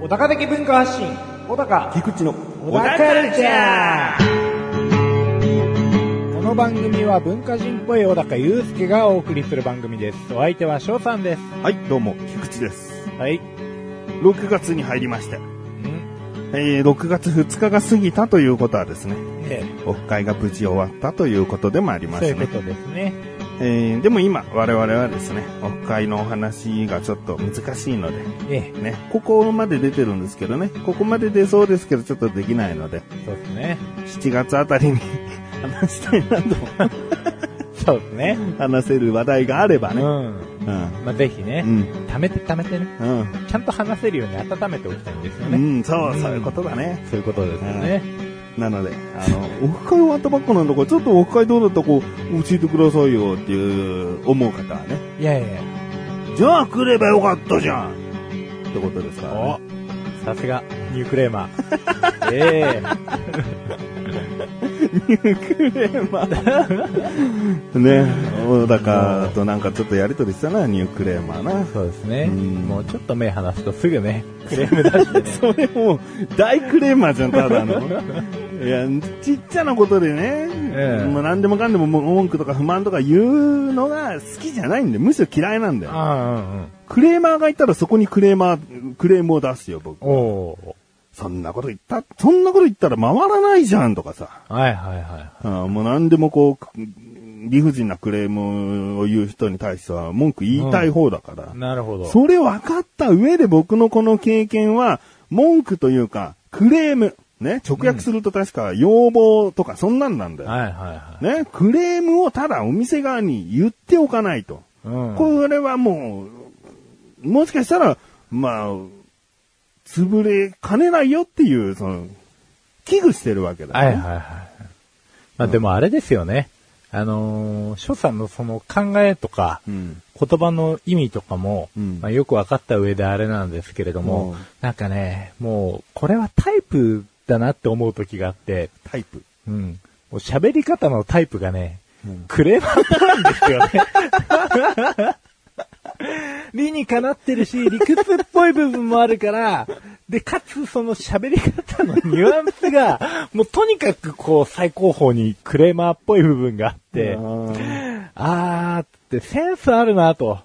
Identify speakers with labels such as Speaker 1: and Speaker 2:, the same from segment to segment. Speaker 1: 小高的文化発信、小高、
Speaker 2: 菊池の
Speaker 1: 小高カルチャーこの番組は文化人っぽい小高祐介がお送りする番組です。お相手は翔さんです。
Speaker 2: はい、どうも、菊池です。
Speaker 1: はい。
Speaker 2: 6月に入りまして、
Speaker 1: ん
Speaker 2: えー、6月2日が過ぎたということはですね、
Speaker 1: ええ
Speaker 2: オフ会が無事終わったということでもありま
Speaker 1: そうい
Speaker 2: す
Speaker 1: うこ
Speaker 2: ね。
Speaker 1: とですね。
Speaker 2: えー、でも今、我々はですね、オフ会のお話がちょっと難しいので、
Speaker 1: ええ、
Speaker 2: ね、ここまで出てるんですけどね、ここまで出そうですけど、ちょっとできないので、
Speaker 1: そうですね。
Speaker 2: 7月あたりに 話したいなと、
Speaker 1: そうですね。
Speaker 2: 話せる話題があれば
Speaker 1: う
Speaker 2: ね。
Speaker 1: ん。
Speaker 2: うん。
Speaker 1: まあ、ぜひ
Speaker 2: う
Speaker 1: ね、
Speaker 2: ん。
Speaker 1: 貯めて貯めてね、
Speaker 2: うん。
Speaker 1: ちゃんと話せるように温めておきたいんですよ
Speaker 2: う
Speaker 1: ね。
Speaker 2: ん、そう、そういうことだね。
Speaker 1: そういうことですよね。
Speaker 2: なので、あの、オフ会終わったばっかなんだから、ちょっとオフ会どうだったか教えてくださいよっていう思う方はね、
Speaker 1: いやいやいや、
Speaker 2: じゃあ来ればよかったじゃんってことですから、
Speaker 1: お
Speaker 2: ね。
Speaker 1: さすが、ニュークレーマー。 え
Speaker 2: ね、小高となんかちょっとやりとりしたな、ニュークレーマー
Speaker 1: え
Speaker 2: な。
Speaker 1: そうですね。
Speaker 2: うん
Speaker 1: もうちょっと目離すとすぐね、クレーム出してね。
Speaker 2: それもう、大クレーマーじゃん、ただの。 いや、ちっちゃなことでね、
Speaker 1: え
Speaker 2: もう何でもかんでも文句とか不満とか言うのが好きじゃないんで、むしろ嫌いなんだよ。
Speaker 1: ああ、うんうん。
Speaker 2: クレーマーがいたらそこにクレーマー、クレームを出すよ、僕。
Speaker 1: おお
Speaker 2: そんなこと言った、そんなこと言ったら回らないじゃんとかさ。
Speaker 1: ー。はいはいは
Speaker 2: あーもう何でもこう、理不尽なクレームを言う人に対しては文句言いたい方だから
Speaker 1: い。。なるほど。
Speaker 2: それ分かった上で僕のこの経験は、文句というか、クレーム。ね、直訳すると確か要望とかそんなんなんだよ。
Speaker 1: はいはいはい。
Speaker 2: ね、クレームをただお店側に言っておかないと。
Speaker 1: うん。
Speaker 2: これはもう、もしかしたら、まあ、潰れかねないよっていう、その、危惧してるわけだ、
Speaker 1: はいはいはい。まあでもあれですよね。あのー、翔さんのその考えとか、
Speaker 2: うん。
Speaker 1: 言葉の意味とかも、
Speaker 2: うん
Speaker 1: まあ、よく分かった上であれなんですけれども、
Speaker 2: うん
Speaker 1: なんかね、もう、これはタイプだなって思う時があって、
Speaker 2: タイプ。
Speaker 1: うん。もう喋り方のタイプがね、
Speaker 2: うん
Speaker 1: クレーマーなんですよね。理にかなってるし、理屈っぽい部分もあるから、で、かつその喋り方のニュアンスが、もうとにかくこう最高峰にクレーマーっぽい部分があって、あーってセンスあるなと。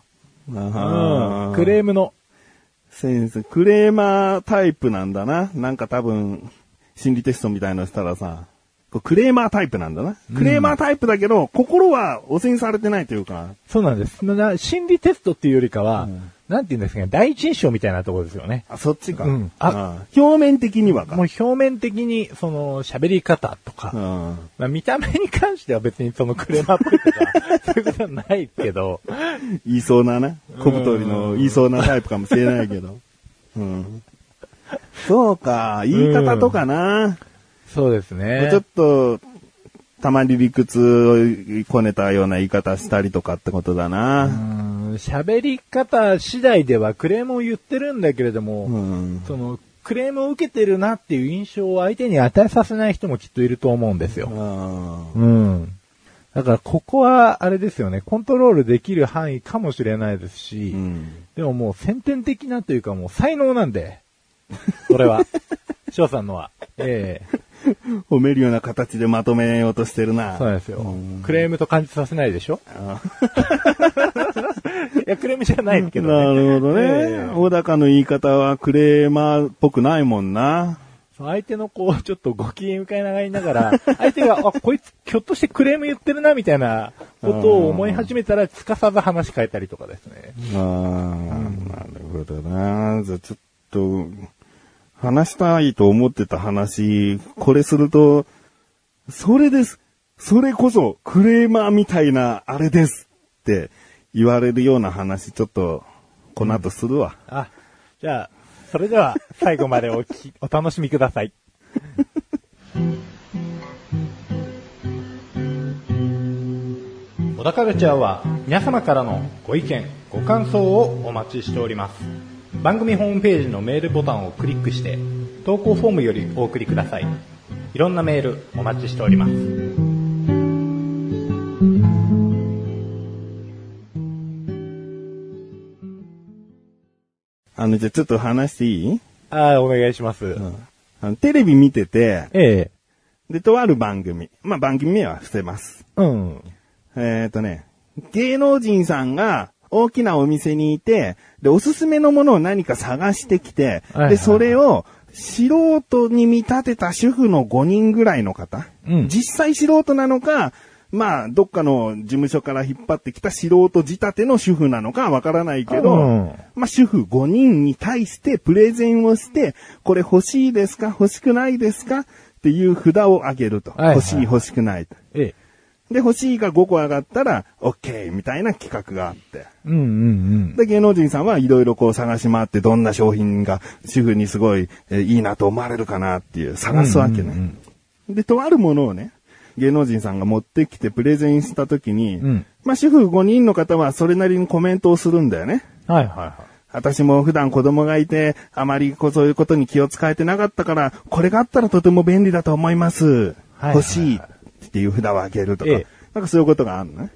Speaker 1: うん。ク
Speaker 2: クレ
Speaker 1: レ
Speaker 2: ー
Speaker 1: ームの。
Speaker 2: センス、クレーマータイプなんだな。なんか多分、心理テストみたいのしたらさ、こうクレーマータイプなんだな。クレーマータイプだけど、心は汚染されてないというか、
Speaker 1: そうなんです。なな心理テストっていうよりかは、
Speaker 2: うん
Speaker 1: なんて言うんですかね、第一印象みたいなところですよね。
Speaker 2: あ、そっちか。
Speaker 1: うん
Speaker 2: あ表面的にはか。
Speaker 1: もう表面的に、その、喋り方とか、
Speaker 2: うん
Speaker 1: まあ、見た目に関しては別にそのクレーマーっぽいとか、そういうことはないけど、
Speaker 2: 言いそうなね。小太りの言いそうなタイプかもしれないけ ど。うん。そうか、言い方とかな。
Speaker 1: そうですね。
Speaker 2: ちょっと、たまに理屈をこねたような言い方したりとかってことだ
Speaker 1: う
Speaker 2: な。
Speaker 1: ん喋り方次第ではクレームを言ってるんだけれども、
Speaker 2: うん。
Speaker 1: その、クレームを受けてるなっていう印象を相手に与えさせない人もきっといると思うんですよ。
Speaker 2: あー
Speaker 1: うん。だからここは、あれですよね、コントロールできる範囲かもしれないですし、
Speaker 2: うん。
Speaker 1: でももう先天的なというかもう才能なん で、これは。翔さんのは。ええ
Speaker 2: 褒めるような形でまとめようとしてるな。
Speaker 1: そうなんですよ
Speaker 2: うん。
Speaker 1: クレームと感じさせないでしょ
Speaker 2: あ
Speaker 1: いや、クレームじゃないですけどね。
Speaker 2: なるほど
Speaker 1: え
Speaker 2: ね。
Speaker 1: え
Speaker 2: 小高の言い方はクレーマーっぽくないもんな。
Speaker 1: その相手のこう、ちょっとご機嫌伺いながら、相手が、あ、こいつ、ひょっとしてクレーム言ってるな、みたいなことを思い始めたら、すかさず話変えたりとかですね。
Speaker 2: ああ、なるほどな。じゃあちょっと、話したいと思ってた話、これすると、それです。それこそ、クレーマーみたいな、あれですって言われるような話、ちょっと、この後するわ。
Speaker 1: あ、じゃあ、それで は、最後までお聞き、お楽しみください。小田カルチャーは皆様からのご意見、ご感想をお待ちしております。番組ホームページのメールボタンをクリックして、投稿フォームよりお送りください。いろんなメールお待ちしております。
Speaker 2: あの、じゃあちょっと話していい、
Speaker 1: ああ、お願いします。
Speaker 2: うん、あのテレビ見てて、
Speaker 1: ええ。
Speaker 2: で、とある番組。まあ、番組名は伏せます。
Speaker 1: うん。
Speaker 2: えっ、とね、芸能人さんが大きなお店にいて、で、おすすめのものを何か探してきて、
Speaker 1: はいはい
Speaker 2: で、それを素人に見立てた主婦の5人ぐらいの方、
Speaker 1: うん
Speaker 2: 実際素人なのか、まあ、どっかの事務所から引っ張ってきた素人仕立ての主婦なのかわからないけど、
Speaker 1: うん
Speaker 2: まあ、主婦5人に対してプレゼンをして、これ欲しいですか欲しくないですかっていう札をあげると。
Speaker 1: はいはい
Speaker 2: 欲しい欲しくないと。
Speaker 1: ええ。
Speaker 2: で、欲しいが5個上がったら、OK! みたいな企画があって。
Speaker 1: うんうん
Speaker 2: で、芸能人さんはいろいろこう探し回って、どんな商品が主婦にすごい、えーいいなと思われるかなっていう、探すわけね。で、とあるものをね、芸能人さんが持ってきてプレゼンしたときに、
Speaker 1: うん
Speaker 2: まあ主婦5人の方はそれなりにコメントをするんだよね。
Speaker 1: うん。はいはいはい。
Speaker 2: 私も普段子供がいて、あまりこうそういうことに気を使えてなかったから、これがあったらとても便利だと思います。
Speaker 1: はい
Speaker 2: 欲しいっていう札をあげるとか、
Speaker 1: ええ
Speaker 2: なんかそういうことがあるのね。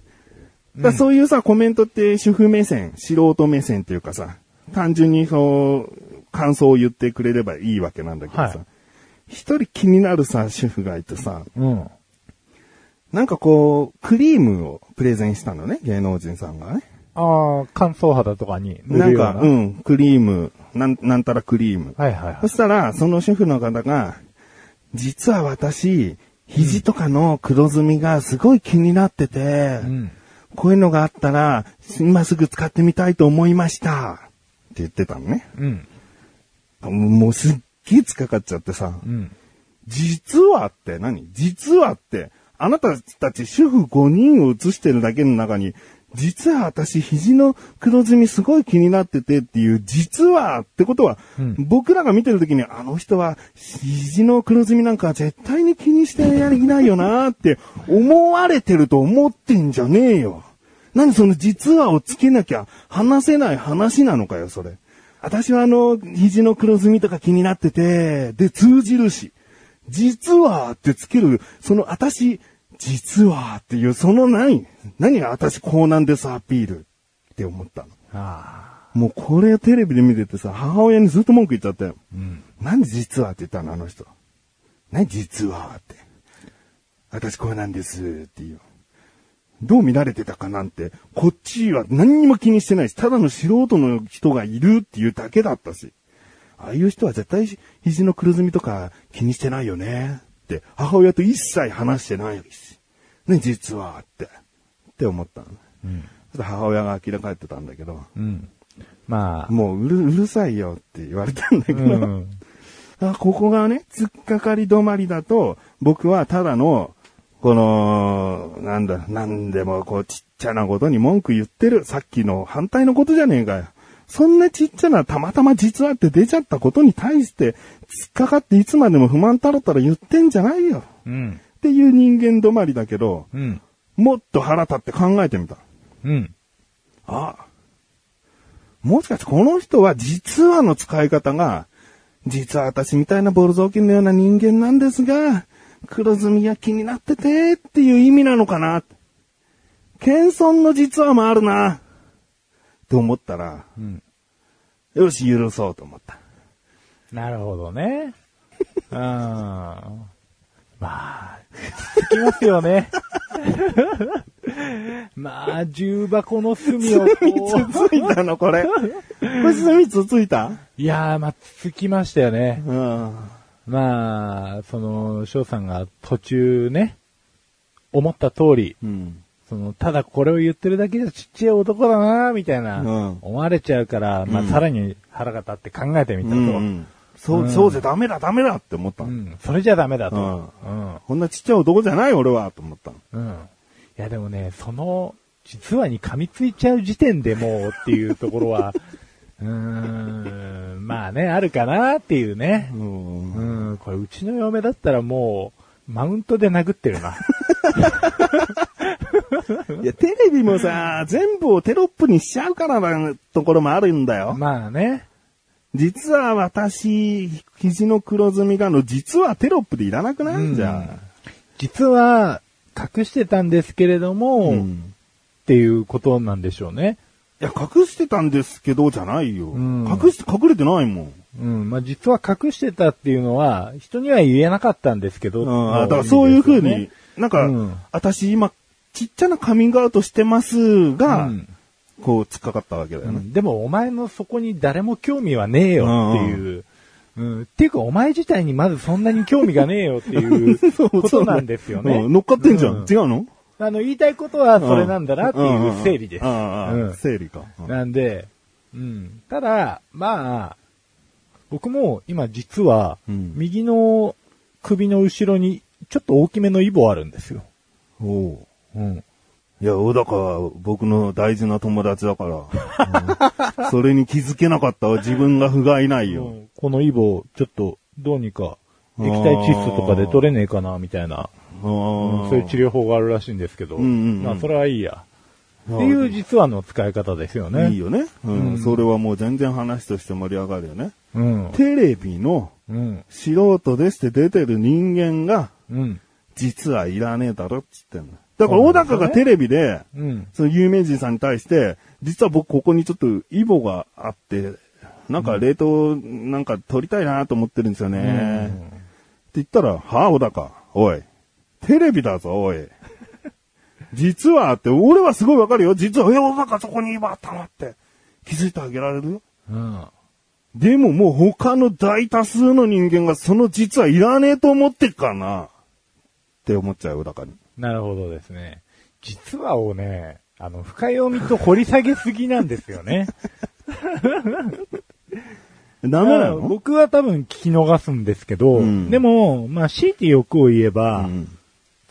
Speaker 2: だからそういうさ、コメントって主婦目線、素人目線っていうかさ、単純にそう、感想を言ってくれればいいわけなんだけど
Speaker 1: はい
Speaker 2: さ、一、人気になるさ、主婦がいてさ、
Speaker 1: うん。
Speaker 2: なんかこう、クリームをプレゼンしたのね、芸能人さんがね。
Speaker 1: ああ、乾燥肌とかに塗
Speaker 2: な
Speaker 1: る
Speaker 2: ん
Speaker 1: よう
Speaker 2: か、うん、クリーム、なん、なんたらクリーム。
Speaker 1: はいはいは
Speaker 2: そしたら、その主婦の方が、実は私、肘とかの黒ずみがすごい気になってて、
Speaker 1: い。うん。
Speaker 2: こういうのがあったら、今すぐ使ってみたいと思いました。って言ってたのね。
Speaker 1: うん。
Speaker 2: もうすっげえつかかっちゃってさ、
Speaker 1: うん。
Speaker 2: 実はって何実はって、あなたたち主婦5人を映してるだけの中に、実は私肘の黒ずみすごい気になっててっていう、実はってことは、
Speaker 1: うん
Speaker 2: 僕らが見てる時にあの人は肘の黒ずみなんか絶対に気にしてやりないよなーって思われてると思ってんじゃねえよ。何その実はをつけなきゃ話せない話なのかよ、それ。私はあの、肘の黒ずみとか気になってて、で通じるし。実はってつける、その私、実はっていう、その何何が私こうなんですアピールって思ったの。
Speaker 1: あ
Speaker 2: もうこれテレビで見ててさ、母親にずっと文句言っちゃったよ。
Speaker 1: あ。うん。
Speaker 2: なんで実はって言ったのあの人。何実はって。私こうなんですっていう。どう見られてたかなんて、こっちは何にも気にしてないし、ただの素人の人がいるっていうだけだったし。ああいう人は絶対肘の黒ずみとか気にしてないよねって、母親と一切話してないし。ね、実はって。って思ったの。
Speaker 1: うん。
Speaker 2: そしたら母親が明らかに言ってたんだけど、
Speaker 1: うん。まあ。
Speaker 2: もううるうるさいよって言われたんだけ
Speaker 1: う
Speaker 2: ど、
Speaker 1: ん。
Speaker 2: あここがね、突っかかり止まりだと、僕はただの、この、なんだ、なんでもこうちっちゃなことに文句言ってる。さっきの反対のことじゃねえかよ。そんなちっちゃなたまたま実はって出ちゃったことに対して、突っかかっていつまでも不満たらたら言ってんじゃないよ。
Speaker 1: うん。
Speaker 2: っていう人間止まりだけど、
Speaker 1: うん。
Speaker 2: もっと腹立って考えてみた。
Speaker 1: うん。
Speaker 2: ああ。もしかしてこの人は実はの使い方が、実は私みたいなボルゾーキンのような人間なんですが、黒ずみが気になっててっていう意味なのかな。謙遜の実はもあるな。って思ったら、
Speaker 1: うん。
Speaker 2: よし、許そうと思った。
Speaker 1: なるほどね。うん。まあ、つきますよね。まあ、重箱の隅をこう。
Speaker 2: つついたの、これ。これ、すみつついた
Speaker 1: いやー、まあ、つつきましたよね。
Speaker 2: うん。
Speaker 1: まあ、その、翔さんが途中ね、思った通り、
Speaker 2: うん。
Speaker 1: その、ただこれを言ってるだけじゃちっちゃい男だなみたいな、
Speaker 2: うん
Speaker 1: 思われちゃうから、まあ、
Speaker 2: うん
Speaker 1: さらに腹が立って考えてみた
Speaker 2: う
Speaker 1: と。うん、
Speaker 2: ん。そう、そうじゃダメだ、ダメだって思ったの。
Speaker 1: それじゃダメだと。うん。
Speaker 2: こんなちっちゃい男じゃない、俺は、と思ったの。
Speaker 1: うん。いや、でもね、その、実はに噛みついちゃう時点でもうっていうところ は、うーん、まあね、あるかなっていうね。
Speaker 2: うん
Speaker 1: うん、これうちの嫁だったらもう、マウントで殴ってるな。
Speaker 2: いや、テレビ もさ、全部をテロップにしちゃうからなところもあるんだよ。
Speaker 1: まあね。
Speaker 2: 実は私、肘の黒ずみがの、実はテロップでいらなくない、ん、じゃ
Speaker 1: 実は、隠してたんですけれど
Speaker 2: あ。
Speaker 1: も、
Speaker 2: う
Speaker 1: っ
Speaker 2: ん
Speaker 1: ていうことなんでしょうね。
Speaker 2: いや、隠してたんですけど、じゃないよ。
Speaker 1: ん
Speaker 2: 隠して、隠れてないもん。
Speaker 1: うん。まあ、実は隠してたっていうのは、人には言えなかったんですけど。
Speaker 2: うん、あだからそういうふ
Speaker 1: で
Speaker 2: う
Speaker 1: すよ
Speaker 2: に
Speaker 1: ね、
Speaker 2: なんか、
Speaker 1: うん
Speaker 2: 私今、ちっちゃなカミングアウトしてますが、
Speaker 1: うん
Speaker 2: こう、突っかかったわけだよ
Speaker 1: う
Speaker 2: ね。
Speaker 1: んでもお前のそこに誰も興味はねえよっていう。うん、っていうかお前自体にまずそんなに興味がねえよって いうことなんですよね。
Speaker 2: うん乗っかってんじゃん。
Speaker 1: うん
Speaker 2: 違うの
Speaker 1: あの、言いたいことはそれなんだなっていう整理です。
Speaker 2: ああ、
Speaker 1: うん
Speaker 2: 整理か。うん
Speaker 1: なんで、うん。ただ、まあ、僕も今実は、
Speaker 2: うん
Speaker 1: 右の首の後ろにちょっと大きめのイボあるんですよ。
Speaker 2: おう
Speaker 1: うん。
Speaker 2: いや、小高は僕の大事な友達だから、うんそれに気づけなかったわ自分が不甲斐ないよ。
Speaker 1: このイボ、ちょっとどうにか液体窒素とかで取れねえかな、みたいな。
Speaker 2: ああ
Speaker 1: そういう治療法があるらしいんですけど、
Speaker 2: うんうんうん
Speaker 1: まあそれはいいや。
Speaker 2: あ
Speaker 1: っ
Speaker 2: あ
Speaker 1: ていう実はの使い方ですよね。
Speaker 2: いいよね、うん
Speaker 1: うん
Speaker 2: それはもう全然話として盛り上がるよね。
Speaker 1: うん。
Speaker 2: テレビの
Speaker 1: うん。
Speaker 2: 素人ですって出てる人間が、
Speaker 1: うん。
Speaker 2: 実はいらねえだろって言ってんの。だから、小高がテレビで、
Speaker 1: うん。
Speaker 2: その有名人さんに対して、実は僕ここにちょっとイボがあって、なんか冷凍なんか取りたいなと思ってるんですよね。って言ったら、はぁ、小高、おい、テレビだぞ、お い。実はって、俺はすごいわかるよ。実は、え、小高そこにイボあったのって。気づいてあげられるよ。
Speaker 1: うん。
Speaker 2: でももう他の大多数の人間がその実はいらねえと思ってっからな。って思っちゃうよ、だからに。
Speaker 1: なるほどですね。実はをね、あの、深読みと掘り下げすぎなんですよね。
Speaker 2: ダメな
Speaker 1: まあ
Speaker 2: の
Speaker 1: 僕は多分聞き逃すんですけど、
Speaker 2: うん
Speaker 1: でも、まあ、強いて欲を言えば、
Speaker 2: うん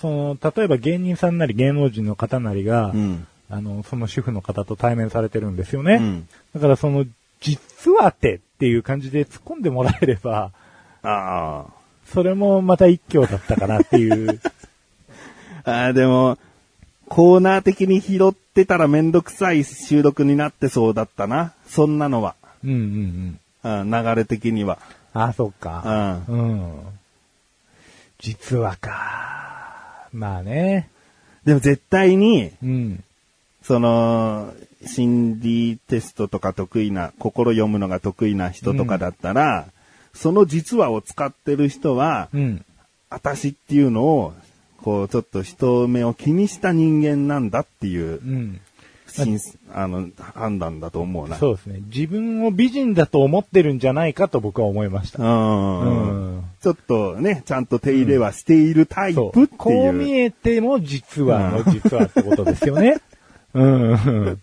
Speaker 1: その、例えば芸人さんなり芸能人の方なりが、
Speaker 2: うん。
Speaker 1: あの、その主婦の方と対面されてるんですよね。
Speaker 2: うん
Speaker 1: だからその、実はってっていう感じで突っ込んでもらえれば、
Speaker 2: ああ。
Speaker 1: それもまた一挙だったかなって いう。
Speaker 2: あーでも、コーナー的に拾ってたらめんどくさい収録になってそうだったな。そんなのは。
Speaker 1: うんうんうん。
Speaker 2: うん流れ的には。
Speaker 1: あ、そっ
Speaker 2: う
Speaker 1: か。
Speaker 2: ん。
Speaker 1: うん。実はか。まあね。
Speaker 2: でも絶対に、
Speaker 1: うん。
Speaker 2: その、心理テストとか得意な、心読むのが得意な人とかだったら、その実話を使ってる人は、
Speaker 1: うん。
Speaker 2: 私っていうのを、こう、ちょっと人目を気にした人間なんだっていう
Speaker 1: う、ん。
Speaker 2: 真摯あの、判断だと思うな。
Speaker 1: そうですね。自分を美人だと思ってるんじゃないかと僕は思いました。
Speaker 2: うん
Speaker 1: うん
Speaker 2: ちょっとね、ちゃんと手入れはしているタイプって
Speaker 1: そ
Speaker 2: いう
Speaker 1: う。。こう見えても実はの実はってことですよ ね。うん。うん
Speaker 2: うん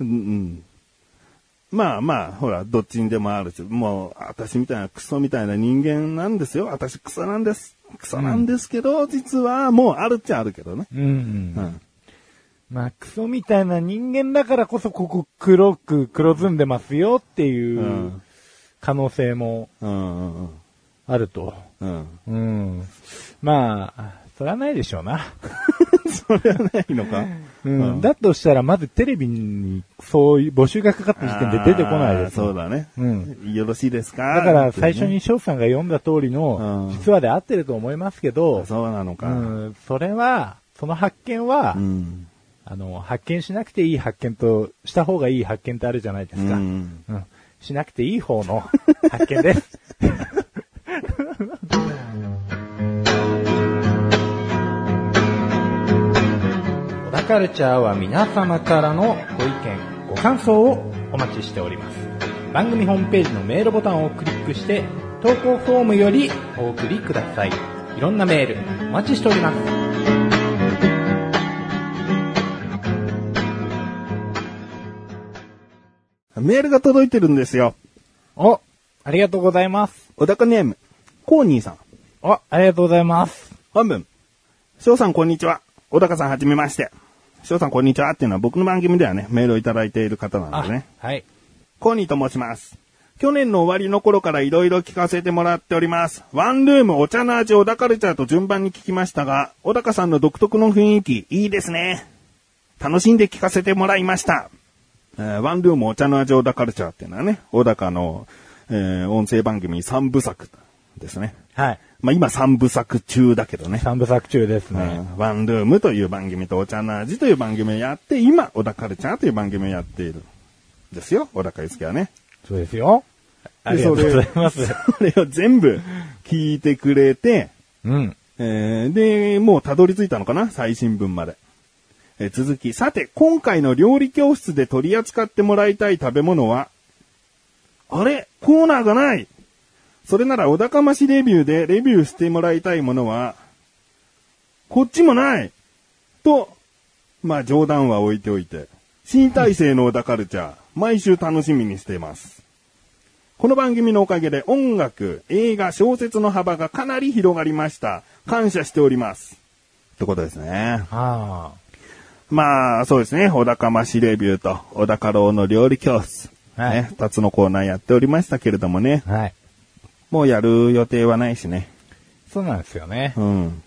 Speaker 2: うんまあまあ、ほら、どっちにでもあるし、もう、私みたいなクソみたいな人間なんですよ。私クソなんです。クソなんですけど、実はもうあるっちゃあるけどね。
Speaker 1: うんうん
Speaker 2: う。ん。
Speaker 1: まあ、クソみたいな人間だからこそ、ここ黒く黒ずんでますよっていううん可能性も
Speaker 2: うんうんうん
Speaker 1: あると。
Speaker 2: うん。
Speaker 1: うん。まあ、それはないでしょうな。
Speaker 2: それはないのか
Speaker 1: うん。だとしたら、まずテレビにそういう募集がかかった時点で出てこないです
Speaker 2: あー
Speaker 1: ね、
Speaker 2: そうだね。
Speaker 1: うん
Speaker 2: よろしいですか
Speaker 1: だから、
Speaker 2: ってね
Speaker 1: 最初に翔さんが読んだ通りの
Speaker 2: うん、
Speaker 1: 実話で合ってると思いますけど、
Speaker 2: そうなの
Speaker 1: う
Speaker 2: か。
Speaker 1: ん、それは、その発見は、
Speaker 2: うん。
Speaker 1: あの、発見しなくていい発見と、した方がいい発見ってあるじゃないですか。
Speaker 2: うん
Speaker 1: うん。しなくていい方 の発見です。小田カルチャーは皆様からのご意見、ご感想をお待ちしております。番組ホームページのメールボタンをクリックして、投稿フォームよりお送りください。いろんなメール、お待ちしております。
Speaker 2: メールが届いてるんですよ。
Speaker 1: お、ありがとうございます。
Speaker 2: 小高ネーム、コーニーさん。
Speaker 1: お、ありがとうございます。
Speaker 2: 本文。翔さんこんにちは。小高さんはじめまして。翔さんこんにちはっていうのは僕の番組ではね、メールをいただいている方なんでね。
Speaker 1: はい。
Speaker 2: コーニーと申します。去年の終わりの頃から色々聞かせてもらっております。ワンルームお茶の味小高ルチャーと順番に聞きましたが、小高さんの独特の雰囲気、いいですね。楽しんで聞かせてもらいました。えーワンルームお茶の味小高ルチャーっていうのはね、小高の、えー音声番組3部作ですね。
Speaker 1: はい。
Speaker 2: まあ今3部作中だけどね。
Speaker 1: 三部作中ですね。
Speaker 2: うんワンルームという番組とお茶の味という番組をやって、今、小田カルチャーという番組をやっている。ですよ、小田カルはね。
Speaker 1: そうですよ。ありがとうございます。
Speaker 2: それを全部聞いてくれて、
Speaker 1: うん。
Speaker 2: えーで、もうたどり着いたのかな最新分まで。えー続き、さて、今回の料理教室で取り扱ってもらいたい食べ物は、あれコーナーがないそれなら、お高ましレビューでレビューしてもらいたいものは、こっちもないと、まあ冗談は置いておいて、新体制の小田カルチャー、毎週楽しみにしています。この番組のおかげで音楽、映画、小説の幅がかなり広がりました。感謝しております。ってことですね。
Speaker 1: あ
Speaker 2: まあ、そうですね。小高ましレビューと、小高郎の料理教室。
Speaker 1: はい
Speaker 2: ね、二つのコーナーやっておりましたけれどもね。
Speaker 1: あ。はい。
Speaker 2: もうやる予定はないしね。
Speaker 1: そうなんですよね。
Speaker 2: うん。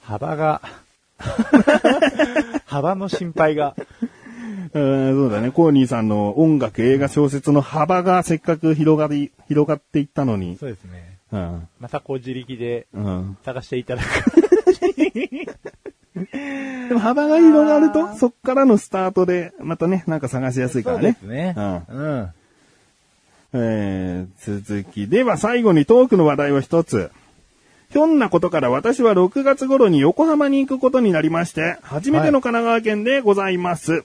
Speaker 1: 幅 が、幅の心配が。
Speaker 2: えーそうだね。コーニーさんの音楽、映画、小説の幅がせっかく広がり、広がっていったのに。
Speaker 1: そうですね。
Speaker 2: うん。
Speaker 1: またこう自力で
Speaker 2: うん。
Speaker 1: 探していただく。
Speaker 2: でも幅が広がると、そっからのスタートで、またね、なんか探しやすいからね。
Speaker 1: そうですね。
Speaker 2: うん。
Speaker 1: うん。
Speaker 2: えー、続き。では最後にトークの話題を一つ。ひょんなことから私は6月頃に横浜に行くことになりまして、初めての神奈川県でございます。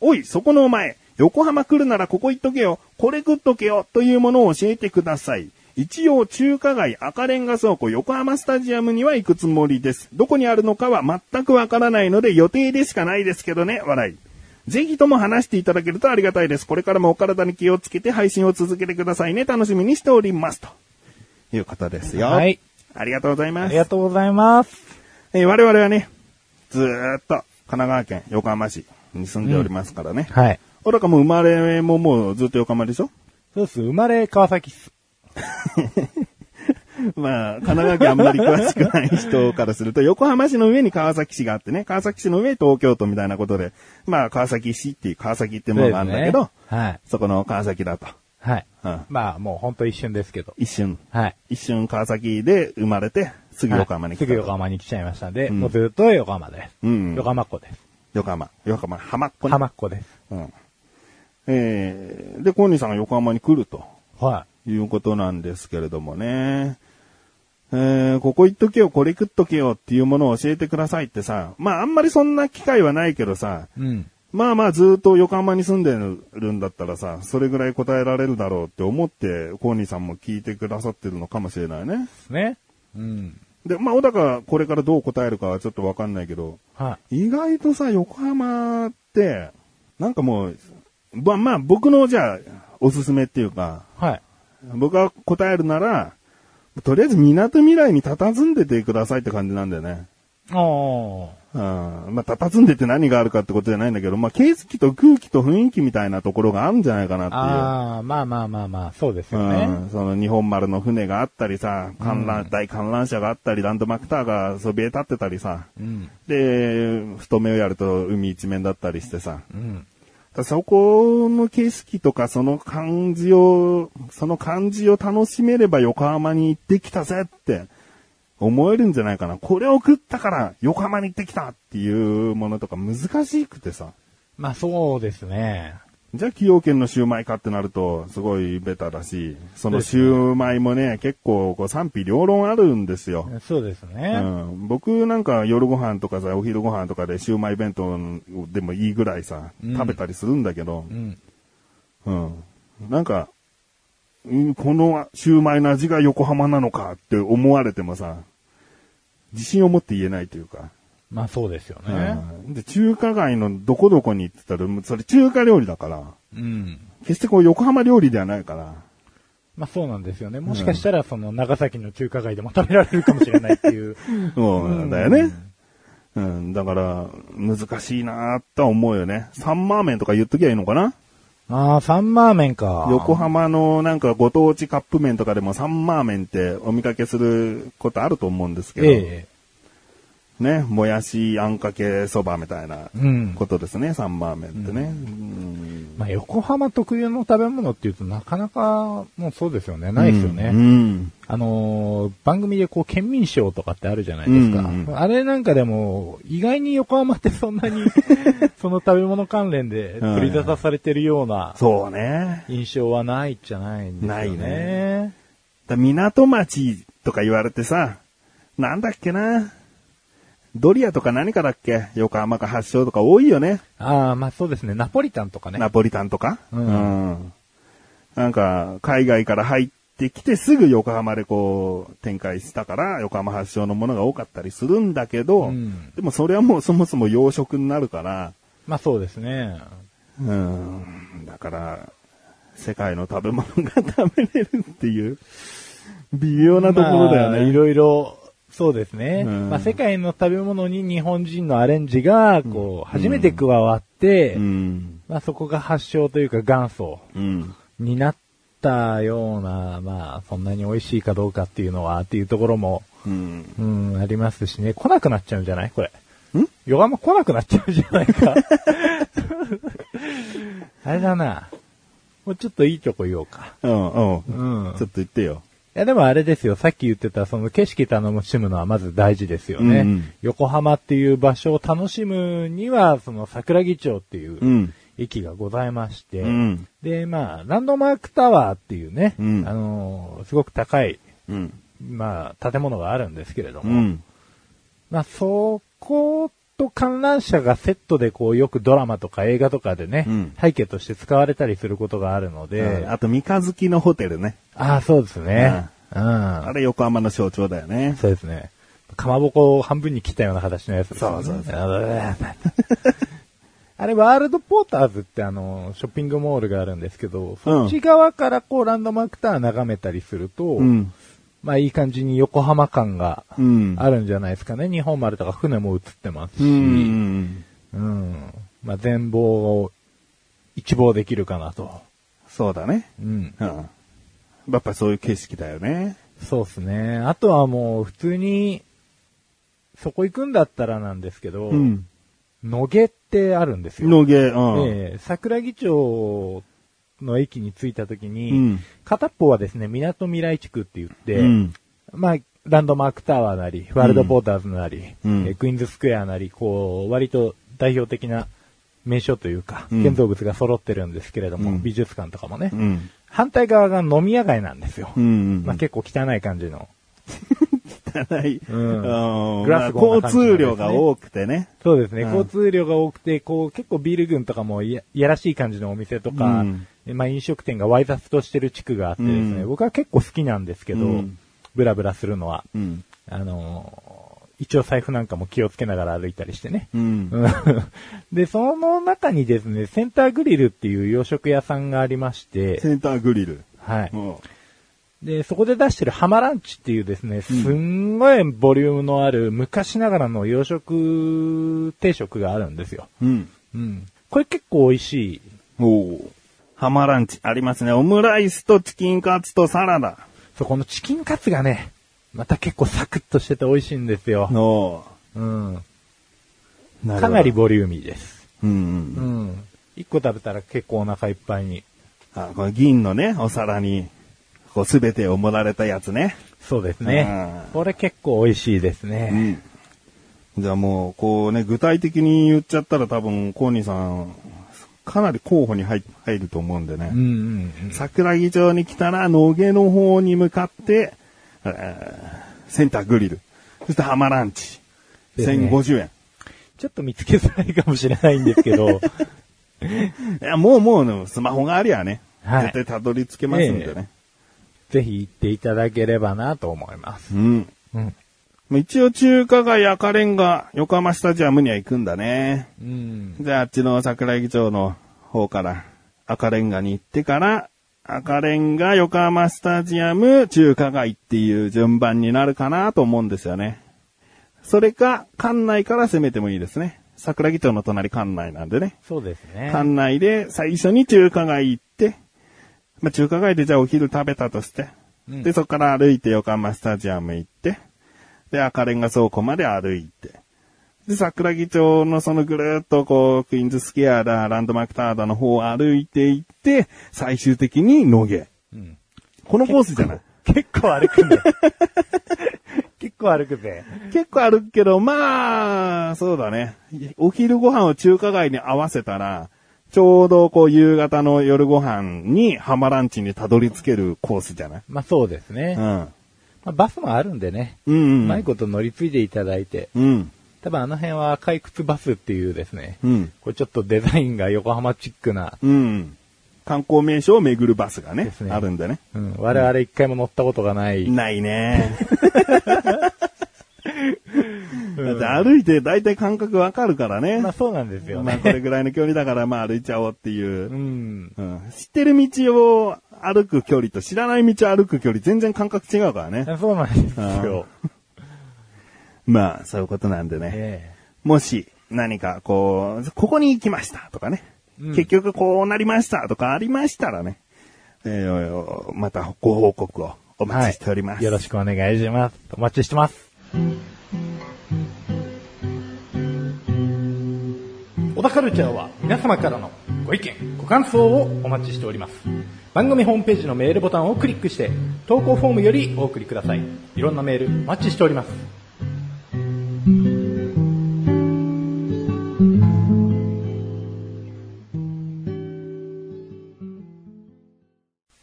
Speaker 2: おい、そこのお前、横浜来るならここ行っとけよ、これ食っとけよ、というものを教えてください。一応中華街赤レンガ倉庫横浜スタジアムには行くつもりです。どこにあるのかは全くわからないので予定でしかないですけどね、笑い。ぜひとも話していただけるとありがたいです。これからもお体に気をつけて配信を続けてくださいね。楽しみにしております。ということですよ。
Speaker 1: はい。
Speaker 2: ありがとうござい
Speaker 1: あ
Speaker 2: ます
Speaker 1: り。がとうございます。
Speaker 2: えー我々はね、ずーっと神奈川県横浜市に住んでおりますからね。
Speaker 1: はい。
Speaker 2: おらかもう生まれももうずっと横浜でしょ
Speaker 1: そうです。生まれ川崎っす。
Speaker 2: まあ、神奈川県あんまり詳しくない人からすると、横浜市の上に川崎市があってね、川崎市の上に東京都みたいなことで、まあ、川崎市っていう、川崎っていうものがあるんだけ
Speaker 1: そ
Speaker 2: ど、
Speaker 1: うですねはい。
Speaker 2: そこの川崎だと。
Speaker 1: はい。
Speaker 2: うん
Speaker 1: まあ、もうほんと一瞬ですけど。
Speaker 2: 一瞬、
Speaker 1: はい。
Speaker 2: 一瞬川崎で生まれて、すぐ横浜に来た
Speaker 1: す
Speaker 2: と、
Speaker 1: ぐ横浜に来ちゃいましたんで、
Speaker 2: ん
Speaker 1: もうずっと横浜です。
Speaker 2: うん
Speaker 1: 横浜っ子です。
Speaker 2: 横浜。横浜。浜っ子ね。
Speaker 1: 浜っ子です。
Speaker 2: うん。えー、で、コーニーさんが横浜に来ると。
Speaker 1: は
Speaker 2: いうことなんですけれどもね。えー、ここ行っとけよ、これ食っとけよっていうものを教えてくださいってさ、まああんまりそんな機会はないけどさ、
Speaker 1: い。うん。
Speaker 2: まあまあずっと横浜に住んでるんだったらさ、それぐらい答えられるだろうって思って、コーニーさんも聞いてくださってるのかもしれないね。
Speaker 1: ですね。うん。
Speaker 2: で、まあ小高はこれからどう答えるかはちょっとわかんないけど、
Speaker 1: は
Speaker 2: 意外とさ、横浜って、なんかもう、まあまあ僕のじゃあ、おすすめっていうか、
Speaker 1: い。はい。
Speaker 2: 僕が答えるなら、とりあえず港未来に佇んでてくださいって感じなんだよね。
Speaker 1: おー。
Speaker 2: うん。まあ、佇んでて何があるかってことじゃないんだけど、まあ、景色と空気と雰囲気みたいなところがあるんじゃないかなっ
Speaker 1: ああ、まあまあまあまあ、そうです
Speaker 2: ていう。
Speaker 1: よね。
Speaker 2: うん。その日本丸の船があったりさ、観覧、大観覧車があったり、ランドマクターがそびえ立ってたりさ。
Speaker 1: うん。
Speaker 2: で、太めをやると海一面だったりしてさ。
Speaker 1: うん。
Speaker 2: そこの景色とかその感じを、その感じを楽しめれば横浜に行ってきたぜって思えるんじゃないかな。これを食ったから横浜に行ってきたっていうものとか難しくてさ。
Speaker 1: まあそうですね。
Speaker 2: じゃあ、崎陽軒のシューマイかってなると、すごいベタだし、そのシューマイもね、結構こう賛否両論あるんですよ。
Speaker 1: そうですね。
Speaker 2: うん、僕なんか夜ご飯とかさ、お昼ご飯とかでシューマイ弁当でもいいぐらいさ、
Speaker 1: うん
Speaker 2: 食べたりするんだけど、
Speaker 1: うん。
Speaker 2: うん。なんか、うんこのシューマイの味が横浜なのかって思われてもさ、自信を持って言えないというか。
Speaker 1: まあそうですよ
Speaker 2: う
Speaker 1: ね。
Speaker 2: んで、中華街のどこどこに行ってたら、もうそれ中華料理だから、
Speaker 1: うん。
Speaker 2: 決してこう横浜料理ではないから、
Speaker 1: まあそうなんですよね。もしかしたらその長崎の中華街でも食べられるかもしれないっていう。
Speaker 2: うん、だよね。うん、だから、難しいなーとは思うよね。サンマーメンとか言っときゃいいのかな
Speaker 1: ああ、サンマーメンか。
Speaker 2: 横浜のなんかご当地カップ麺とかでもサンマーメンってお見かけすることあると思うんですけど、
Speaker 1: え
Speaker 2: ね、もやしあんかけそばみたいな
Speaker 1: え。うん。
Speaker 2: ことですね、サンマーメンってね。うん
Speaker 1: まあ、横浜特有の食べ物っていうとなかなか、もうそうですよね。ないですよね。
Speaker 2: うん。
Speaker 1: あのー番組でこう、県民賞とかってあるじゃないですか。
Speaker 2: うんうん
Speaker 1: あれなんかでも、意外に横浜ってそんなに、 その食べ物関連で取り沙汰されてるような
Speaker 2: そうね。
Speaker 1: 印象はないじゃないんですよね。
Speaker 2: ないねだ港町とか言われてさ、なんだっけな。ドリアとか何かだっけ横浜か発祥とか多いよね。
Speaker 1: ああ、まあそうですね。ナポリタンとかね。
Speaker 2: ナポリタンとか。
Speaker 1: うん
Speaker 2: んなんか、海外から入ってきてすぐ横浜でこう、展開したから、横浜発祥のものが多かったりするんだけど、
Speaker 1: うん
Speaker 2: でもそれはもうそもそも洋食になるから、
Speaker 1: まあそうですね。
Speaker 2: うん、だから、世界の食べ物が食べれるっていう、微妙なところだよ
Speaker 1: まあい
Speaker 2: ね。
Speaker 1: ろいろ、そうですね。
Speaker 2: うん
Speaker 1: まあ世界の食べ物に日本人のアレンジが、こう、初めて加わって、
Speaker 2: うん。
Speaker 1: まあそこが発祥というか元祖
Speaker 2: うん。
Speaker 1: になったような、まあそんなに美味しいかどうかっていうのはっていうところも、
Speaker 2: うん。
Speaker 1: うん、ありますしね。来なくなっちゃうんじゃないこれ。
Speaker 2: ん
Speaker 1: ヨガも来なくなっちゃうじゃない か。あれだな。もうちょっといいとこ言おうか。
Speaker 2: うん。うん。ち
Speaker 1: う
Speaker 2: ょ
Speaker 1: ん。
Speaker 2: っと言ってよ。
Speaker 1: いやでもあれですよ、さっき言ってたその景色楽しむのはまず大事ですよね。
Speaker 2: うんうん。
Speaker 1: 横浜っていう場所を楽しむには、その桜木町っていううん駅がございまして、
Speaker 2: うん。
Speaker 1: で、まあ、ランドマークタワーっていうね、
Speaker 2: うん
Speaker 1: あのーすごく高い、
Speaker 2: うん。
Speaker 1: まあ、建物があるんですけれど
Speaker 2: う
Speaker 1: も、
Speaker 2: ん。
Speaker 1: まあ、そこと観覧車がセットでこう、よくドラマとか映画とかでね、
Speaker 2: うん
Speaker 1: 背景として使われたりすることがあるので、
Speaker 2: うん
Speaker 1: あ
Speaker 2: あと、三日月のホテルね。
Speaker 1: あー、そうですね。うん
Speaker 2: あれ、横浜の象徴だよね。
Speaker 1: そうですね。かまぼこを半分に切ったような形のやつですね、
Speaker 2: そうそうそう
Speaker 1: あのあれ、ワールドポーターズってあの、ショッピングモールがあるんですけど、そっち側からこう、ランドマークタワー眺めたりすると、
Speaker 2: うん。
Speaker 1: まあいい感じに横浜感が
Speaker 2: うん。
Speaker 1: あるんじゃないですかね。日本丸とか船も映ってますし、
Speaker 2: う。ん。
Speaker 1: うんまあ全貌を一望できるかなと。
Speaker 2: そうだね。
Speaker 1: うん。
Speaker 2: うん。やっぱそういう景色だよね。
Speaker 1: そうですね。あとはもう普通に、そこ行くんだったらなんですけど、。野毛ってあるんですよ。
Speaker 2: 野毛、うん。
Speaker 1: で桜木町の駅に着いた時に、
Speaker 2: うん
Speaker 1: 片っぽはですね、港未来地区って言って、
Speaker 2: うん。
Speaker 1: まあ、ランドマークタワーなり、ワールドポーターズなり、
Speaker 2: うん
Speaker 1: えークイーンズスクエアなり、こう、割と代表的な名所というか、
Speaker 2: うん
Speaker 1: 建造物が揃ってるんですけれども、
Speaker 2: うん
Speaker 1: 美術館とかもね、
Speaker 2: うん。
Speaker 1: 反対側が飲み屋街なんですよ。
Speaker 2: うん。
Speaker 1: まあ、結構汚い感じの。
Speaker 2: 汚い。
Speaker 1: うん
Speaker 2: うん
Speaker 1: グラス
Speaker 2: ま
Speaker 1: ゴ
Speaker 2: あ
Speaker 1: ーな感じなんですね
Speaker 2: 交通量が多くてね。
Speaker 1: そうですね、
Speaker 2: うん
Speaker 1: 交通量が多くて、こう、結構ビール群とかもいやいやらしい感じのお店とか、
Speaker 2: うん
Speaker 1: まあ飲食店がわい雑としてる地区があってですね、
Speaker 2: うん
Speaker 1: 僕は結構好きなんですけど、
Speaker 2: うん
Speaker 1: ブラブラするのは、
Speaker 2: うん。
Speaker 1: あのー一応財布なんかも気をつけながら歩いたりしてね。
Speaker 2: うん。
Speaker 1: で、その中にですね、センターグリルっていう洋食屋さんがありまして、
Speaker 2: センターグリル。
Speaker 1: はい。
Speaker 2: うん
Speaker 1: で、そこで出してるハマランチっていうですね、すんごいボリュームのある昔ながらの洋食定食があるんですよ。
Speaker 2: うん。
Speaker 1: うん。これ結構美味しい。
Speaker 2: おお。ハマランチありますね。オムライスとチキンカツとサラダ。
Speaker 1: そう、このチキンカツがね、また結構サクッとしてて美味しいんですよ。
Speaker 2: お
Speaker 1: うん。
Speaker 2: なるほど
Speaker 1: かなりボリューミーです。
Speaker 2: うんう。
Speaker 1: うんん。一個食べたら結構お腹いっぱいに。
Speaker 2: あ、この銀のね、お皿に、こうすべてを盛られたやつね。
Speaker 1: そうですね
Speaker 2: うん。
Speaker 1: これ結構美味しいですね。
Speaker 2: じゃあもう、こうね、具体的に言っちゃったら多分、コーニーさん、かなり候補に入入ると思うんで
Speaker 1: うんう
Speaker 2: ね。
Speaker 1: ん
Speaker 2: 桜木町に来たら、野毛の方に向かって、えーセンターグリル。そしてハマランチ。
Speaker 1: ですね
Speaker 2: 1050円。
Speaker 1: ちょっと見つけづらいかもしれないんですけ ど、
Speaker 2: いや、もうもうね、スマホがありゃね、
Speaker 1: はい
Speaker 2: 絶対たどり着けますんでね。
Speaker 1: ぜひ行っていただければなと思います。
Speaker 2: うん。
Speaker 1: うん。
Speaker 2: まあ一応中華街赤レンガ、横浜スタジアムには行くんだね。
Speaker 1: うん。
Speaker 2: じゃあ、あっちの桜木町の方から赤レンガに行ってから、赤レンガ、横浜スタジアム、中華街っていう順番になるかなと思うんですよね。それか、館内から攻めてもいいですね。桜木町の隣館内なんでね。
Speaker 1: そうですね。
Speaker 2: 館内で最初に中華街行って、まあ、中華街でじゃあお昼食べたとして、
Speaker 1: うん
Speaker 2: で、そこから歩いて横浜スタジアム行って、で、赤レンガ倉庫まで歩いて、で、桜木町のそのぐるっとこう、クイーンズスクエアだ、ランドマークタワーだの方を歩いていって、最終的に野毛。
Speaker 1: うん。
Speaker 2: このコースじゃない
Speaker 1: 結構歩くね。結構歩くぜ。
Speaker 2: 結構あるけど、まあ、そうだね。お昼ご飯を中華街に合わせたら、ちょうどこう夕方の夜ご飯に浜ランチにたどり着けるコースじゃない
Speaker 1: まあそうですね。
Speaker 2: う
Speaker 1: ま
Speaker 2: ん。
Speaker 1: あ、バスもあるんでね。
Speaker 2: うん、
Speaker 1: う
Speaker 2: う
Speaker 1: まい
Speaker 2: ん。
Speaker 1: こと乗り継いでいただいて。
Speaker 2: うん。
Speaker 1: 多分あの辺は赤い靴バスっていうですね。
Speaker 2: うん。
Speaker 1: これちょっとデザインが横浜チックな。
Speaker 2: うん。観光名所を巡るバスが
Speaker 1: で
Speaker 2: ね
Speaker 1: す、ね
Speaker 2: あるんだね。
Speaker 1: うん。我々一回も乗ったことがない。
Speaker 2: ないね。だ
Speaker 1: うん
Speaker 2: って歩いて大体感覚わかるからね。
Speaker 1: まあそうなんですよ
Speaker 2: まあ
Speaker 1: ね。
Speaker 2: これぐらいの距離だからまあ歩いちゃおうっていうう。
Speaker 1: ん。
Speaker 2: うん、知ってる道を歩く距離と知らない道を歩く距離全然感覚違うからね。
Speaker 1: そうなんですよ。
Speaker 2: まあ、そういうことなんでね。
Speaker 1: え
Speaker 2: もし、何か、こう、ここに行きましたとかね。
Speaker 1: うん
Speaker 2: 結局、こうなりましたとかありましたらね。えーまたご報告をお
Speaker 1: え
Speaker 2: 待ちしております。
Speaker 1: はい。よろしくお願いします。お待ちしてます。小田カルチャーは皆様からのご意見、ご感想をお待ちしております。番組ホームページのメールボタンをクリックして、投稿フォームよりお送りください。いろんなメールお待ちしております。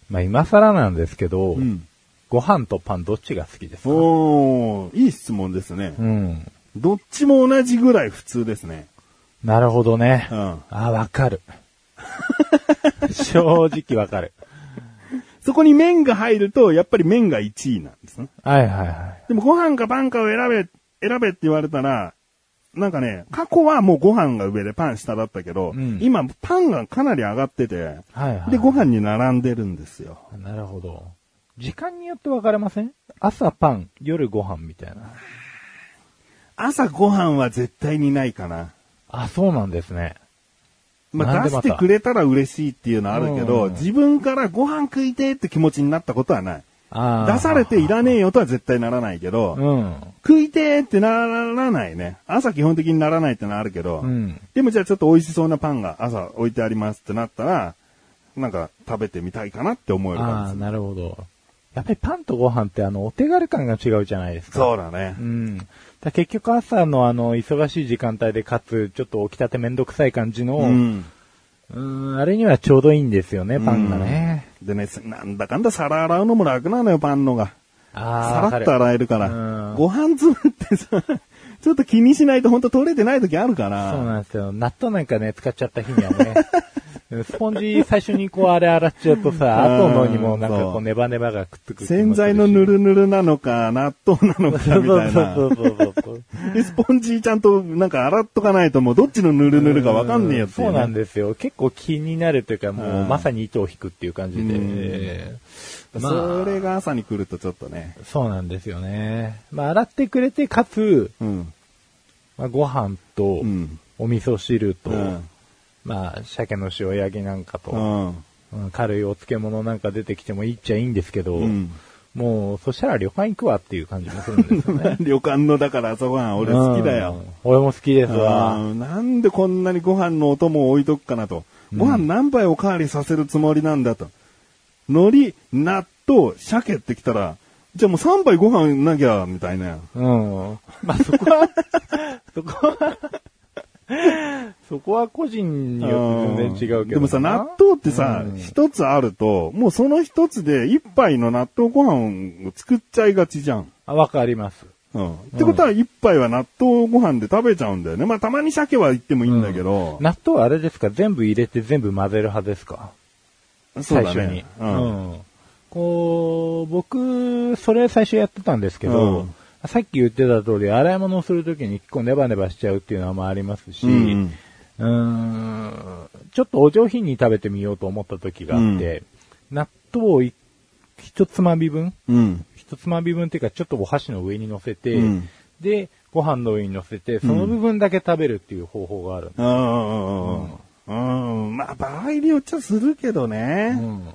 Speaker 1: まあ今更なんですけど、
Speaker 2: うん。
Speaker 1: ご飯とパンどっちが好きですか
Speaker 2: おー、いい質問ですね。
Speaker 1: うん。
Speaker 2: どっちも同じぐらい普通ですね。
Speaker 1: なるほどね。
Speaker 2: うん
Speaker 1: あ、わか る。正直わかる。
Speaker 2: そこに麺が入ると、やっぱり麺が1位なんですね。
Speaker 1: はいはいはい。
Speaker 2: でもご飯かパンかを選べ、選べって言われたら、なんかね、過去はもうご飯が上でパン下だったけど、
Speaker 1: うん
Speaker 2: 今パンがかなり上がってて、
Speaker 1: はいはい。
Speaker 2: で、ご飯に並んでるんですよ。
Speaker 1: なるほど。時間によって分かれません朝パン、夜ご飯みたいな。
Speaker 2: 朝ご飯は絶対にないかな。
Speaker 1: あ、そうなんですね。
Speaker 2: ま
Speaker 1: なん
Speaker 2: あ、
Speaker 1: で
Speaker 2: 出
Speaker 1: ま
Speaker 2: したてくれたら嬉しいっていうのはあるけ
Speaker 1: う
Speaker 2: ど、
Speaker 1: ん
Speaker 2: 自分からご飯食いてって気持ちになったことはない。
Speaker 1: あー
Speaker 2: 出されていらねえよとは絶対ならないけど、
Speaker 1: うん。
Speaker 2: 食いてってならないね。朝基本的にならないってのはあるけど、
Speaker 1: うん。
Speaker 2: でもじゃあちょっと美味しそうなパンが朝置いてありますってなったら、なんか食べてみたいかなって思える
Speaker 1: ああ、
Speaker 2: 感
Speaker 1: なるほど。やっぱりパンとご飯ってあの、お手軽感が違うじゃないです
Speaker 2: じ。
Speaker 1: か。
Speaker 2: そうだね
Speaker 1: う。ん。だ結局朝のあの、忙しい時間帯で、かつ、ちょっと起きたてめんどくさい感じの、うん、
Speaker 2: ん。
Speaker 1: あれにはちょうどいいんですよね、パンがね。
Speaker 2: でね、なんだかんだ皿洗うのも楽なのよ、パンのが。
Speaker 1: ああ、
Speaker 2: さらっと洗えるから
Speaker 1: う。ん
Speaker 2: ご飯粒ってさ、 ちょっと気にしないと本当取れてない時あるから。
Speaker 1: そうなんですよ。納豆なんかね、使っちゃった日には ね。スポンジ最初にこうあれ洗っちゃうとさ、後のにもなんかこ
Speaker 2: そうう
Speaker 1: ネバネバがくっつく。
Speaker 2: 洗剤のぬるぬるなのか、納豆なの
Speaker 1: そ
Speaker 2: か、
Speaker 1: う
Speaker 2: み
Speaker 1: そ
Speaker 2: た
Speaker 1: う
Speaker 2: いな。
Speaker 1: そうそうそう。
Speaker 2: で、 スポンジちゃんとなんか洗っとかないともうどっちのぬるぬるかわかんねえよってい
Speaker 1: そうなん
Speaker 2: で。
Speaker 1: ですよ。結構気になるというか、もう
Speaker 2: うん
Speaker 1: まさに糸を引くっていう感じで。まあ
Speaker 2: それが朝に来るとちょっとね。
Speaker 1: そうなんですよね。まあ、洗ってくれて、かつ、
Speaker 2: うん。
Speaker 1: まあ、ご飯と
Speaker 2: う、ん。
Speaker 1: お味噌汁と、
Speaker 2: うん
Speaker 1: まあ、鮭の塩焼きなんかと、
Speaker 2: うん。
Speaker 1: うん軽いお漬物なんか出てきてもいいっちゃいいんですけど、
Speaker 2: うん
Speaker 1: もう、そしたら旅館行くわっていう感じもするん ですよね。
Speaker 2: 旅館のだから朝ごはん俺好きだよ。
Speaker 1: うん。俺も好きですわ。
Speaker 2: うんなんでこんなにご飯のお供を置いとくかなと。ご飯何杯おかわりさせるつもりなんだと。海苔、納豆、鮭ってきたら、じゃあもう3杯ご飯なきゃ、みたいな。
Speaker 1: うん。まあ、そこは、 そこは、そこは個人によって全然違うけどな。
Speaker 2: でもさ、納豆ってさ
Speaker 1: う、ん
Speaker 2: 一、つあると、もうその一つで一杯の納豆ご飯を作っちゃいがちじゃん。
Speaker 1: あわかります。
Speaker 2: うん。ってことは一杯は納豆ご飯で食べちゃうんだよね。まあたまに鮭は行ってもいいんだけど。
Speaker 1: 納豆はあれですか全部入れて全部混ぜる派ですか
Speaker 2: そうだ
Speaker 1: 最初に
Speaker 2: ね。。うん。
Speaker 1: うんこう、僕、それ最初やってたんですけど、
Speaker 2: うん
Speaker 1: さっき言ってた通り、洗い物をするときに結構ネバネバしちゃうっていうのはまあありますし、
Speaker 2: うん
Speaker 1: うーんちょっとお上品に食べてみようと思った時があって、納豆をい一つまみ分
Speaker 2: うん。
Speaker 1: 一つまみ分っていうか、ちょっとお箸の上に乗せて、
Speaker 2: うん
Speaker 1: で、ご飯の上に乗せて、その部分だけ食べるっていう方法があるんで
Speaker 2: うん。うん。うん。まあ場合によっちゃするけど
Speaker 1: す、
Speaker 2: ね。
Speaker 1: うん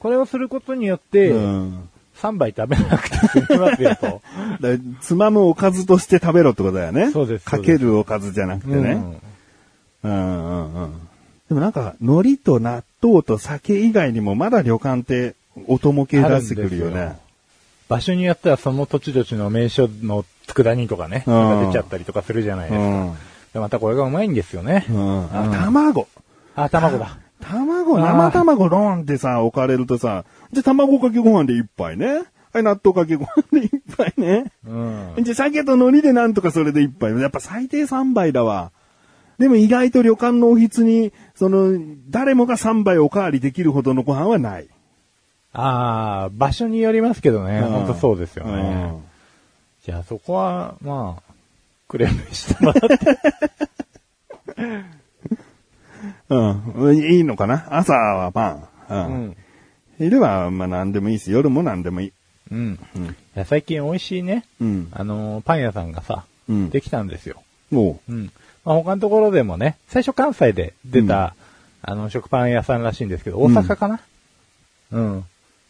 Speaker 1: これをすることによって、
Speaker 2: うん。
Speaker 1: 3杯食べなくて済みますよ と。
Speaker 2: だからつまむおかずとして食べろってことだよね。
Speaker 1: そうです
Speaker 2: かけるおかずじゃなくてね。うん、うん、うんうん。でもなんか、海苔と納豆と酒以外にもまだ旅館ってお供系出してくるよ
Speaker 1: あるん
Speaker 2: ね
Speaker 1: で。場所によってはその土地土地の名所の佃煮とかね、
Speaker 2: うん
Speaker 1: が出ちゃったりとかするじゃないです
Speaker 2: う
Speaker 1: か。
Speaker 2: ん。
Speaker 1: でまたこれがうまいんですよね。
Speaker 2: うん。あ
Speaker 1: うん
Speaker 2: 卵。
Speaker 1: あ、卵だ。
Speaker 2: 卵、
Speaker 1: あ
Speaker 2: 生
Speaker 1: ー
Speaker 2: 卵ローンってさ、置かれるとさ、じゃあ卵かけご飯で一杯ね。はい、納豆かけご飯で一杯ね。
Speaker 1: うん。
Speaker 2: じゃあ鮭と海苔でなんとかそれで一杯。やっぱ最低3杯だわ。でも意外と旅館のおひつに、その、誰もが3杯おかわりできるほどのご飯はない。
Speaker 1: ああ、場所によりますけどね。
Speaker 2: うん
Speaker 1: 本当そうですよね。じゃあそこは、まあ、クレームしてもらって。
Speaker 2: うん。うん。いいのかな朝はパン。
Speaker 1: う
Speaker 2: うん。
Speaker 1: ん。
Speaker 2: 昼は、まあ何でもいいし、夜も何でもいい。
Speaker 1: うん。い
Speaker 2: うん。
Speaker 1: や最近美味しいね、
Speaker 2: うん。
Speaker 1: あのーパン屋さんがさ、
Speaker 2: うん。
Speaker 1: できたんですよ。
Speaker 2: おう。
Speaker 1: うん。まあ、他のところでもね、最初関西で出た、あの、食パン屋さんらしいんですけど、大阪かなうん。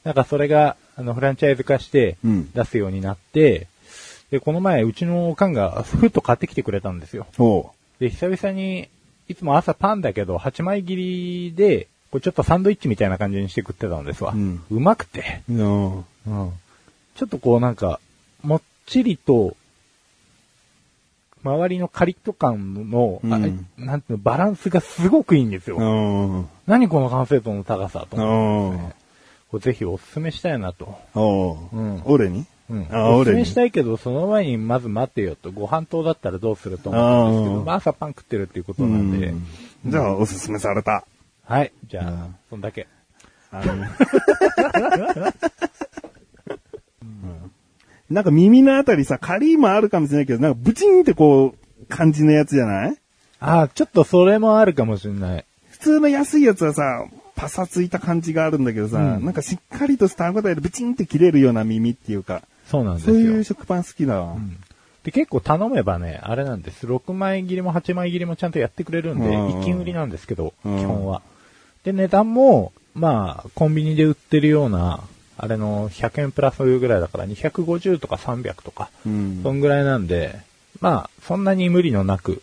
Speaker 1: なんかそれが、あの、フランチャイズ化して
Speaker 2: うん、
Speaker 1: 出すようになって、で、この前、うちのおかんが、ふっと買ってきてくれたんですよ。
Speaker 2: おう。
Speaker 1: で、久々に、いつも朝パンだけど、8枚切りで、こうちょっとサンドイッチみたいな感じにして食ってたんですわ。
Speaker 2: うん
Speaker 1: まくて。
Speaker 2: うん。
Speaker 1: うん。ちょっとこうなんか、もっちりと、周りのカリッと感の、あ
Speaker 2: うん
Speaker 1: なんていうの、バランスがすごくいいんですよ。
Speaker 2: うん。
Speaker 1: 何この完成度の高さと。
Speaker 2: うん。
Speaker 1: これぜひおすすめしたいなと。
Speaker 2: おう。
Speaker 1: うん
Speaker 2: 俺に
Speaker 1: うん。
Speaker 2: あ
Speaker 1: おす
Speaker 2: 俺
Speaker 1: す
Speaker 2: に
Speaker 1: めしたいけど、その前にまず待ってよと。ご飯糖だったらどうすると思うんですけ
Speaker 2: あ
Speaker 1: ど、
Speaker 2: ー
Speaker 1: まあ朝パン食ってるっていうことなんで。
Speaker 2: うんじゃあ、おすすめされた。
Speaker 1: はい。じゃあ、
Speaker 2: うん
Speaker 1: そんだけ。
Speaker 2: あのなんか耳のあたりさ、カリーもあるかもしれないけど、なんかブチンってこう、感じのやつじゃない
Speaker 1: ああ、ちょっとそれもあるかもしれない。
Speaker 2: 普通の安いやつはさ、パサついた感じがあるんだけどさ、
Speaker 1: うん
Speaker 2: なんかしっかりとした歯応えでブチンって切れるような耳っていうか、
Speaker 1: そうなんです
Speaker 2: そう
Speaker 1: よ。
Speaker 2: いう食パン好きだわ。
Speaker 1: で、結構頼めばね、あれなんです。6枚切りも8枚切りもちゃんとやってくれるんで、
Speaker 2: うん
Speaker 1: 一斤売りなんですけど、
Speaker 2: うん
Speaker 1: 基本は。で、値段も、まあ、コンビニで売ってるような、あれの100円プラスぐらいだから、250とか300とか、
Speaker 2: うん。
Speaker 1: そんぐらいなんで、まあ、そんなに無理のなく、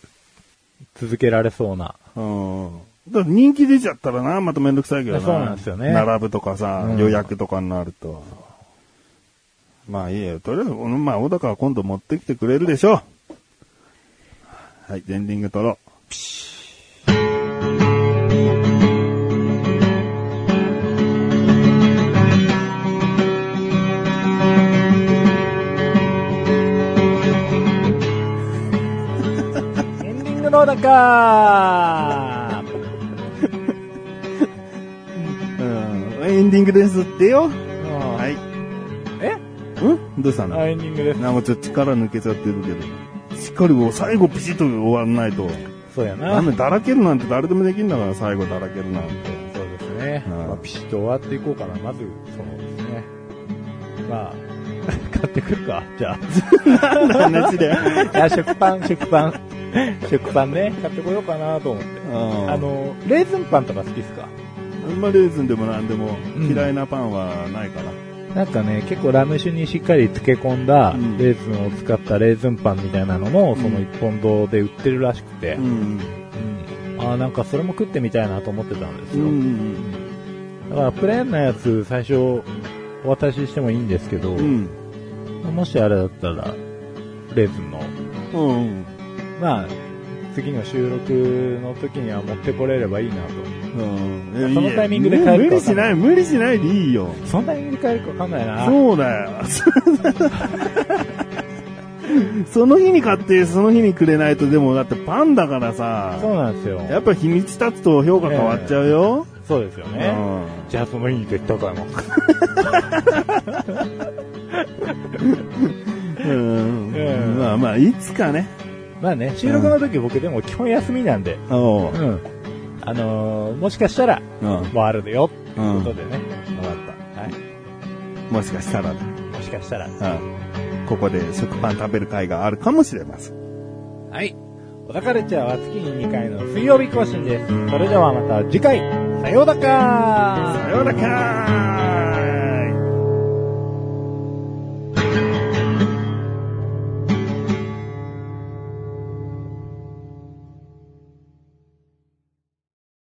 Speaker 1: 続けられそうな。
Speaker 2: うんだから人気出ちゃったらな、まためんどくさいけどな。
Speaker 1: そうなんですよね
Speaker 2: 並ぶとかさ、
Speaker 1: うん
Speaker 2: 予約とかになると。まあいいよ。とりあえず、まあ、小高は今度持ってきてくれるでしょう。はい、エンディング撮ろ
Speaker 1: エンディングの中
Speaker 2: う。うん。エンディングですってよ。
Speaker 1: は。
Speaker 2: はいい。
Speaker 1: え
Speaker 2: うんどうしたの
Speaker 1: あエンディングです。
Speaker 2: なんかちょっと力抜けちゃってるけど。しっかりこう最後ピシッと終わんないと。
Speaker 1: そうやな。
Speaker 2: なんでだらけるなんて誰でもできんだから、最後だらけるなんて。
Speaker 1: そうですね。
Speaker 2: うん
Speaker 1: まあ、ピシッと終わっていこうかな。まず、そうですね。まあ、 買ってくるか。じゃあ。
Speaker 2: 話で。う
Speaker 1: いや食パン、食パン。 食パンね。買ってこようかなと思って。
Speaker 2: ん
Speaker 1: あの、レーズンパンとか好きですか
Speaker 2: まあ、レーズンでも何でも
Speaker 1: ん
Speaker 2: 嫌いなパンはないかな。
Speaker 1: なんかね、結構ラム酒にしっかり漬け込んだ
Speaker 2: うん
Speaker 1: レーズンを使ったレーズンパンみたいなのも、
Speaker 2: うん
Speaker 1: その一本堂で売ってるらしくて、
Speaker 2: ん。
Speaker 1: うんあーなんかそれも食ってみたいなと思ってたんです
Speaker 2: う
Speaker 1: よ。
Speaker 2: ん。
Speaker 1: だからプレーンなやつ最初お渡ししてもいいんですけど、
Speaker 2: うん。
Speaker 1: もしあれだったら、レーズンの、
Speaker 2: うん。
Speaker 1: まあ、次の収録の時には持ってこれればいいなと。
Speaker 2: うん。
Speaker 1: そのタイミングで
Speaker 2: い
Speaker 1: 帰る
Speaker 2: や
Speaker 1: か
Speaker 2: 無理しない、無理しないでいいよ。
Speaker 1: そんなに変えるかわかんないな。
Speaker 2: そうだよ。その日に買って、その日にくれないと、でもだってパンだから
Speaker 1: そう
Speaker 2: さ、
Speaker 1: なんですよ。
Speaker 2: やっぱ日にち経つと評価変わっちゃうよ。
Speaker 1: そうですよね。じゃあその日に絶対買います。
Speaker 2: うん。
Speaker 1: ええ
Speaker 2: まあまあ、いつかね。
Speaker 1: まあね、収録の時僕でも基本休みなんで、う。
Speaker 2: おう
Speaker 1: ん。あのー、もしかしたら、
Speaker 2: うん。
Speaker 1: もうあるでよ、と
Speaker 2: う。
Speaker 1: いうんこと
Speaker 2: わか
Speaker 1: でね。
Speaker 2: っ
Speaker 1: はい。
Speaker 2: た。もしかしたらね。
Speaker 1: もしかしたら。
Speaker 2: うんここで食パン食べる会があるかもしれません。
Speaker 1: はい。小田カルチャーは月に2回の水曜日更新です。それではまた次回、さようだかー
Speaker 2: さようなら